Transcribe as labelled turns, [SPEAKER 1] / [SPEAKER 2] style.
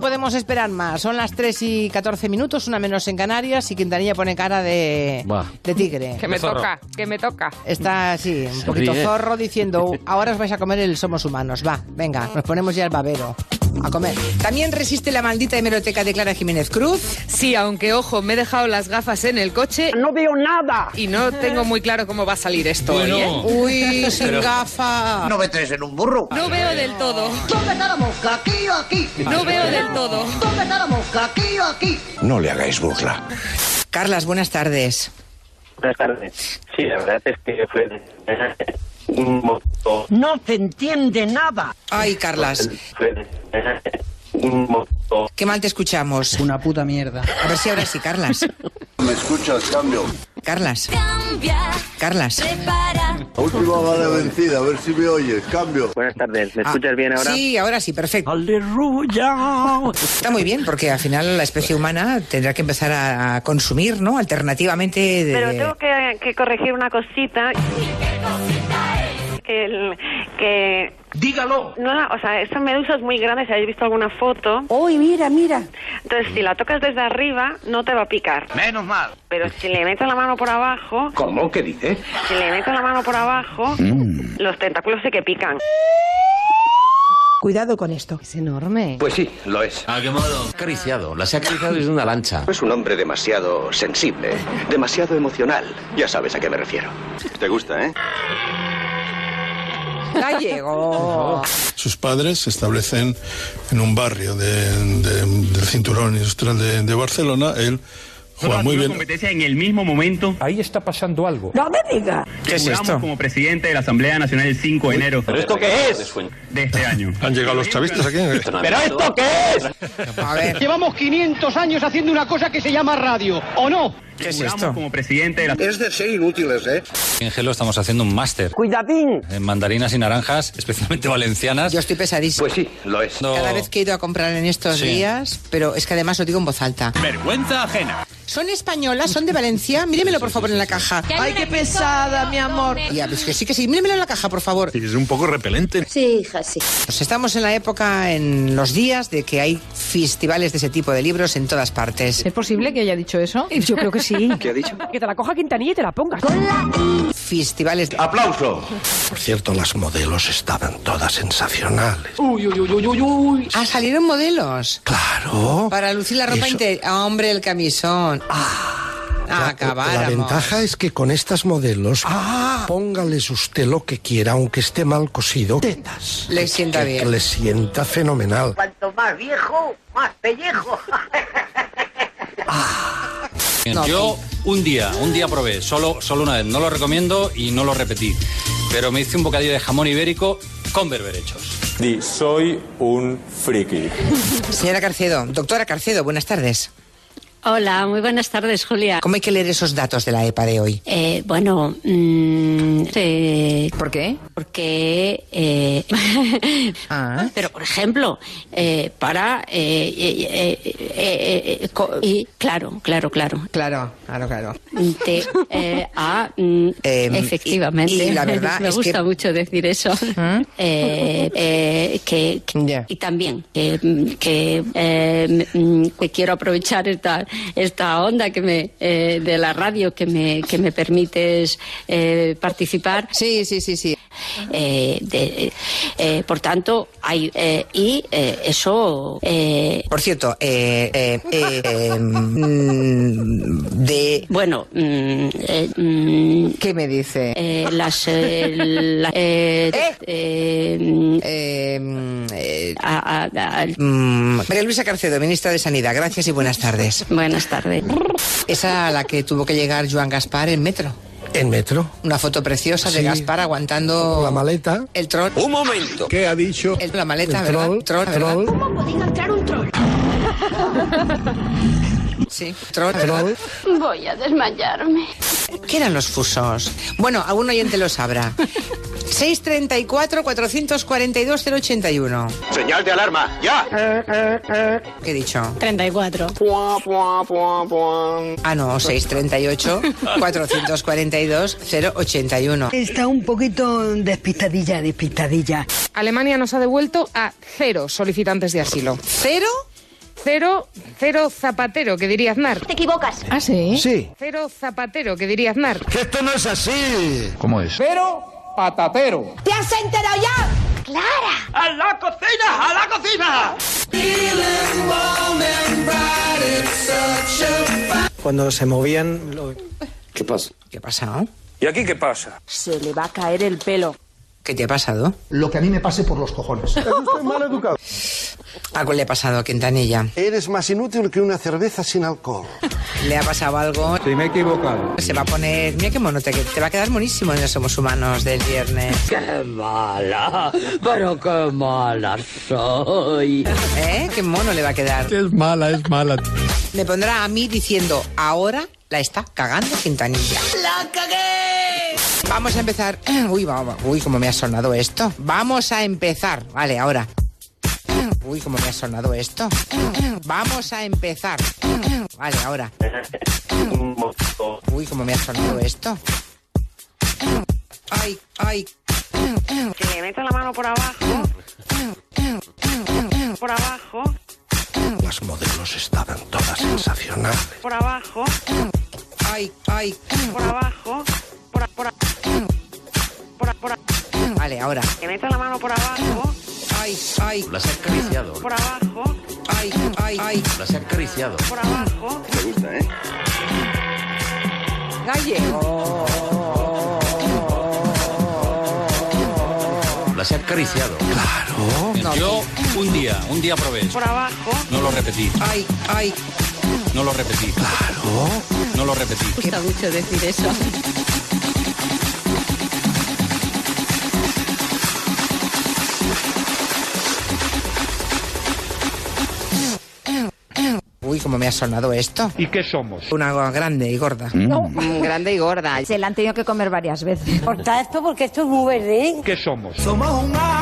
[SPEAKER 1] podemos esperar más. Son las 3 y 14 minutos, una menos en Canarias, y Quintanilla pone cara de,
[SPEAKER 2] Buah.
[SPEAKER 1] de tigre.
[SPEAKER 3] Que me
[SPEAKER 2] Zorro.
[SPEAKER 3] toca, que me toca.
[SPEAKER 1] Está así, un
[SPEAKER 2] Se
[SPEAKER 1] poquito
[SPEAKER 2] ríe.
[SPEAKER 1] zorro, diciendo, ahora os vais a comer el Somos Humanos. Va, venga, nos ponemos ya el babero. A comer.
[SPEAKER 4] También resiste la maldita hemeroteca de Clara Jiménez Cruz.
[SPEAKER 3] Sí, aunque ojo, me he dejado las gafas en el coche. No veo nada. Y no tengo muy claro cómo va a salir esto hoy, ¿eh?
[SPEAKER 1] Uy, sin gafa.
[SPEAKER 5] No metes en un burro.
[SPEAKER 3] No veo del todo.
[SPEAKER 6] ¿Dónde está la mosca? Aquí o aquí.
[SPEAKER 3] No veo del todo.
[SPEAKER 6] ¿Dónde está la mosca? Aquí o aquí.
[SPEAKER 5] No le hagáis burla.
[SPEAKER 4] Carlas, buenas tardes.
[SPEAKER 7] Buenas tardes. Sí, la verdad es que fue un montón.
[SPEAKER 8] No se entiende nada.
[SPEAKER 4] Ay, Carlas,
[SPEAKER 7] Fue un montón.
[SPEAKER 4] qué mal te escuchamos.
[SPEAKER 8] Una puta mierda.
[SPEAKER 4] A ver si ahora sí, Carlas.
[SPEAKER 5] ¿Me escuchas, cambio?
[SPEAKER 4] Carlas,
[SPEAKER 9] Cambia,
[SPEAKER 4] Carlas.
[SPEAKER 9] prepara.
[SPEAKER 5] Última bala vencida, a ver si me oyes, cambio.
[SPEAKER 7] Buenas tardes. ¿Me
[SPEAKER 4] Ah,
[SPEAKER 7] escuchas bien ahora?
[SPEAKER 4] Sí, ahora sí, perfecto. Está muy bien, porque al final la especie humana tendrá que empezar a a consumir, ¿no? Alternativamente de...
[SPEAKER 10] Pero tengo que, que corregir una cosita. Que, el- que
[SPEAKER 8] Dígalo.
[SPEAKER 10] no la- o sea, esa medusa es muy grande, si habéis visto alguna foto.
[SPEAKER 6] Uy, mira, mira.
[SPEAKER 10] Entonces, si la tocas desde arriba, no te va a picar.
[SPEAKER 5] Menos mal.
[SPEAKER 10] Pero si le metes la mano por abajo,
[SPEAKER 5] ¿Cómo? ¿Qué dices?
[SPEAKER 10] si le metes la mano por abajo,
[SPEAKER 6] Mm.
[SPEAKER 10] los tentáculos sí que pican.
[SPEAKER 6] Cuidado con esto.
[SPEAKER 1] Es enorme.
[SPEAKER 5] Pues sí, lo es.
[SPEAKER 2] ¿A Ah, qué modo? Acariciado, las ha acariciado desde una lancha.
[SPEAKER 7] Es un hombre demasiado sensible, demasiado emocional. Ya sabes a qué me refiero.
[SPEAKER 5] Te gusta, ¿eh?
[SPEAKER 4] Gallego.
[SPEAKER 11] Sus padres se establecen en un barrio de- de- del cinturón industrial de, de Barcelona. Él juega muy bien.
[SPEAKER 7] competencia en el mismo momento.
[SPEAKER 2] Ahí está pasando algo.
[SPEAKER 6] No me digas.
[SPEAKER 4] ¿Qué es esto?
[SPEAKER 7] como presidente de la Asamblea Nacional el 5 de enero
[SPEAKER 2] ¿Pero esto qué es?
[SPEAKER 7] de este año.
[SPEAKER 11] Han llegado los chavistas aquí.
[SPEAKER 2] ¿Pero esto qué es?
[SPEAKER 4] A ver,
[SPEAKER 8] Llevamos 500 años haciendo una cosa que se llama radio, ¿o no?
[SPEAKER 4] ¿qué es esto?
[SPEAKER 7] como presidente de la...
[SPEAKER 5] Es de ser inútiles, ¿eh?
[SPEAKER 2] En Gelo estamos haciendo un máster
[SPEAKER 8] Cuidadín.
[SPEAKER 2] en mandarinas y naranjas, especialmente valencianas.
[SPEAKER 4] Yo estoy pesadísima.
[SPEAKER 7] Pues sí, lo es.
[SPEAKER 4] Cada vez que he ido a comprar en estos
[SPEAKER 2] Sí.
[SPEAKER 4] días, pero es que además lo digo en voz alta. Vergüenza ajena. Son españolas, son de Valencia. Míremelo, por favor, en la caja.
[SPEAKER 1] Ay, qué pesada, mi amor.
[SPEAKER 4] Ya, es que sí, que sí. Míremelo en la caja, por favor.
[SPEAKER 11] Es un poco repelente.
[SPEAKER 9] Sí, hija, sí.
[SPEAKER 4] Pues estamos en la época, en los días, de que hay festivales de ese tipo de libros en todas partes.
[SPEAKER 3] ¿Es posible que haya dicho eso?
[SPEAKER 8] Yo creo que sí.
[SPEAKER 7] ¿Qué ha dicho?
[SPEAKER 8] Que te la coja Quintanilla y te la pongas.
[SPEAKER 4] Festivales de...
[SPEAKER 5] ¡Aplauso! Por cierto, las modelos estaban todas sensacionales.
[SPEAKER 4] Ah, salieron modelos.
[SPEAKER 5] Claro.
[SPEAKER 4] Para lucir la ropa
[SPEAKER 5] Eso.
[SPEAKER 4] interior. Ah, Hombre, el camisón. Ah,
[SPEAKER 5] La
[SPEAKER 4] acabáramos.
[SPEAKER 11] ventaja es que con estas modelos,
[SPEAKER 5] Ah.
[SPEAKER 11] póngales usted lo que quiera, aunque esté mal cosido. Tetas.
[SPEAKER 4] Les sienta bien.
[SPEAKER 11] Les sienta fenomenal.
[SPEAKER 6] Cuanto más viejo, más pellejo.
[SPEAKER 4] No.
[SPEAKER 2] Yo un día, un día probé, solo, solo una vez. No lo recomiendo y no lo repetí. Pero me hice un bocadillo de jamón ibérico con berberechos.
[SPEAKER 7] Di, soy un friki.
[SPEAKER 4] Señora Carcedo, doctora Carcedo, buenas tardes.
[SPEAKER 9] Hola, muy buenas tardes, Julia.
[SPEAKER 4] ¿Cómo hay que leer esos datos de la EPA de hoy?
[SPEAKER 9] Eh, bueno, mm, eh,
[SPEAKER 3] ¿Por qué?
[SPEAKER 9] porque... eh,
[SPEAKER 4] Ah.
[SPEAKER 9] Pero, por ejemplo, eh, para... eh, eh, eh, eh, eh, co- y, claro, claro, claro.
[SPEAKER 4] Claro, claro, claro.
[SPEAKER 9] Te, eh, a, mm,
[SPEAKER 4] Em,
[SPEAKER 9] efectivamente.
[SPEAKER 4] y- y la verdad
[SPEAKER 9] Me
[SPEAKER 4] es que- ¿Mm?
[SPEAKER 9] gusta mucho decir eso. Eh, eh, que, que-
[SPEAKER 4] Ya.
[SPEAKER 9] Y también que, mm, que, eh, mm, que quiero aprovechar esta, esta onda que me, eh, de la radio que me, que me permites eh, participar.
[SPEAKER 1] Sí, sí, sí, sí.
[SPEAKER 9] Eh, de- eh, por tanto, hay. eh, y eh, eso. eh,
[SPEAKER 4] Por cierto, eh, eh, eh, eh, mm, de...
[SPEAKER 9] bueno, mm, eh, mm,
[SPEAKER 1] ¿Qué me dice?
[SPEAKER 9] Eh, las eh, la- eh, eh, mm,
[SPEAKER 1] Eh, mm, eh,
[SPEAKER 9] a- a- a-
[SPEAKER 4] Em, mm, María Luisa Carcedo, ministra de Sanidad, gracias y buenas tardes.
[SPEAKER 9] buenas tardes
[SPEAKER 4] Esa a la que tuvo que llegar Joan Gaspar en metro.
[SPEAKER 11] En metro.
[SPEAKER 4] Una foto preciosa de
[SPEAKER 11] Sí.
[SPEAKER 4] Gaspar aguantando
[SPEAKER 11] La maleta.
[SPEAKER 4] el troll.
[SPEAKER 5] Un momento.
[SPEAKER 11] ¿Qué ha dicho?
[SPEAKER 4] El- la maleta,
[SPEAKER 11] El
[SPEAKER 4] ¿verdad? Troll,
[SPEAKER 11] troll,
[SPEAKER 4] ¿verdad?
[SPEAKER 11] troll.
[SPEAKER 4] Sí, troll, ¿verdad?
[SPEAKER 9] voy a desmayarme
[SPEAKER 4] ¿Qué eran los fusos? Bueno, algún oyente lo sabrá. 634-442-081.
[SPEAKER 5] Señal de alarma, ya.
[SPEAKER 4] ¿Qué he dicho?
[SPEAKER 9] 34
[SPEAKER 4] Ah, no, 638-442-081.
[SPEAKER 6] Está un poquito despistadilla, despistadilla.
[SPEAKER 3] Alemania nos ha devuelto a cero solicitantes de asilo.
[SPEAKER 4] ¿Cero?
[SPEAKER 3] Cero, cero zapatero, que diría Aznar. Te equivocas.
[SPEAKER 12] ¿Ah, sí? Sí.
[SPEAKER 3] Cero zapatero, que diría Aznar.
[SPEAKER 12] Que esto no es así.
[SPEAKER 13] ¿Cómo es?
[SPEAKER 3] Pero patatero.
[SPEAKER 12] ¿Te has enterado ya? ¡Clara! ¡A la cocina! ¡A la cocina!
[SPEAKER 14] Cuando se movían...
[SPEAKER 4] ¿Qué pasa? ¿Qué ha pasado?
[SPEAKER 14] ¿Y aquí qué pasa?
[SPEAKER 4] Se le va a caer el pelo. ¿Qué te ha pasado?
[SPEAKER 14] Lo que a mí me pase por los cojones.
[SPEAKER 4] mal educado. Algo le ha pasado a Quintanilla.
[SPEAKER 5] Eres más inútil que una cerveza sin alcohol.
[SPEAKER 4] Le ha pasado algo.
[SPEAKER 5] Sí, me he equivocado.
[SPEAKER 4] Se va a poner. Mira qué mono, te, te va a quedar monísimo en el Somos Humanos del viernes.
[SPEAKER 12] ¡Qué mala! ¡Pero qué mala soy!
[SPEAKER 4] ¿Eh? Qué mono le va a quedar.
[SPEAKER 13] Es mala, es mala.
[SPEAKER 4] Me pondrá a mí diciendo, ahora la está cagando Quintanilla.
[SPEAKER 12] ¡La cagué!
[SPEAKER 4] Vamos a empezar. Uy, vamos. Uy, cómo me ha sonado esto. Vamos a empezar. Vale, ahora. Uy, cómo me ha sonado esto. Vamos a empezar. Vale, ahora. Uy, cómo me ha sonado esto. Ay, ay.
[SPEAKER 10] Que le meta la mano por abajo. Por abajo,
[SPEAKER 5] Las modelos estaban todas sensacionales.
[SPEAKER 10] por abajo.
[SPEAKER 4] Ay, ay.
[SPEAKER 10] Por abajo. Por, a- por, a- por, a- por a-
[SPEAKER 4] Vale, ahora.
[SPEAKER 10] Que meta la mano por abajo.
[SPEAKER 4] Ay, ay.
[SPEAKER 13] Las has acariciado.
[SPEAKER 10] Por abajo.
[SPEAKER 4] Ay, ay, ay.
[SPEAKER 13] Las has acariciado.
[SPEAKER 10] Por abajo.
[SPEAKER 13] Me gusta, ¿eh?
[SPEAKER 4] Gallego.
[SPEAKER 2] Las he acariciado. Claro. Yo un día, un día probé. eso.
[SPEAKER 10] Por abajo.
[SPEAKER 2] No lo repetí,
[SPEAKER 4] Ay, ay.
[SPEAKER 2] no lo repetí. Claro. No lo repetí.
[SPEAKER 9] Gusta mucho decir eso.
[SPEAKER 4] Uy, cómo me ha sonado esto. ¿Y qué somos? Una grande y gorda.
[SPEAKER 3] Grande y gorda.
[SPEAKER 15] Se la han tenido que comer varias veces. Corta esto porque esto es muy verde.
[SPEAKER 13] ¿Qué somos?
[SPEAKER 15] Somos un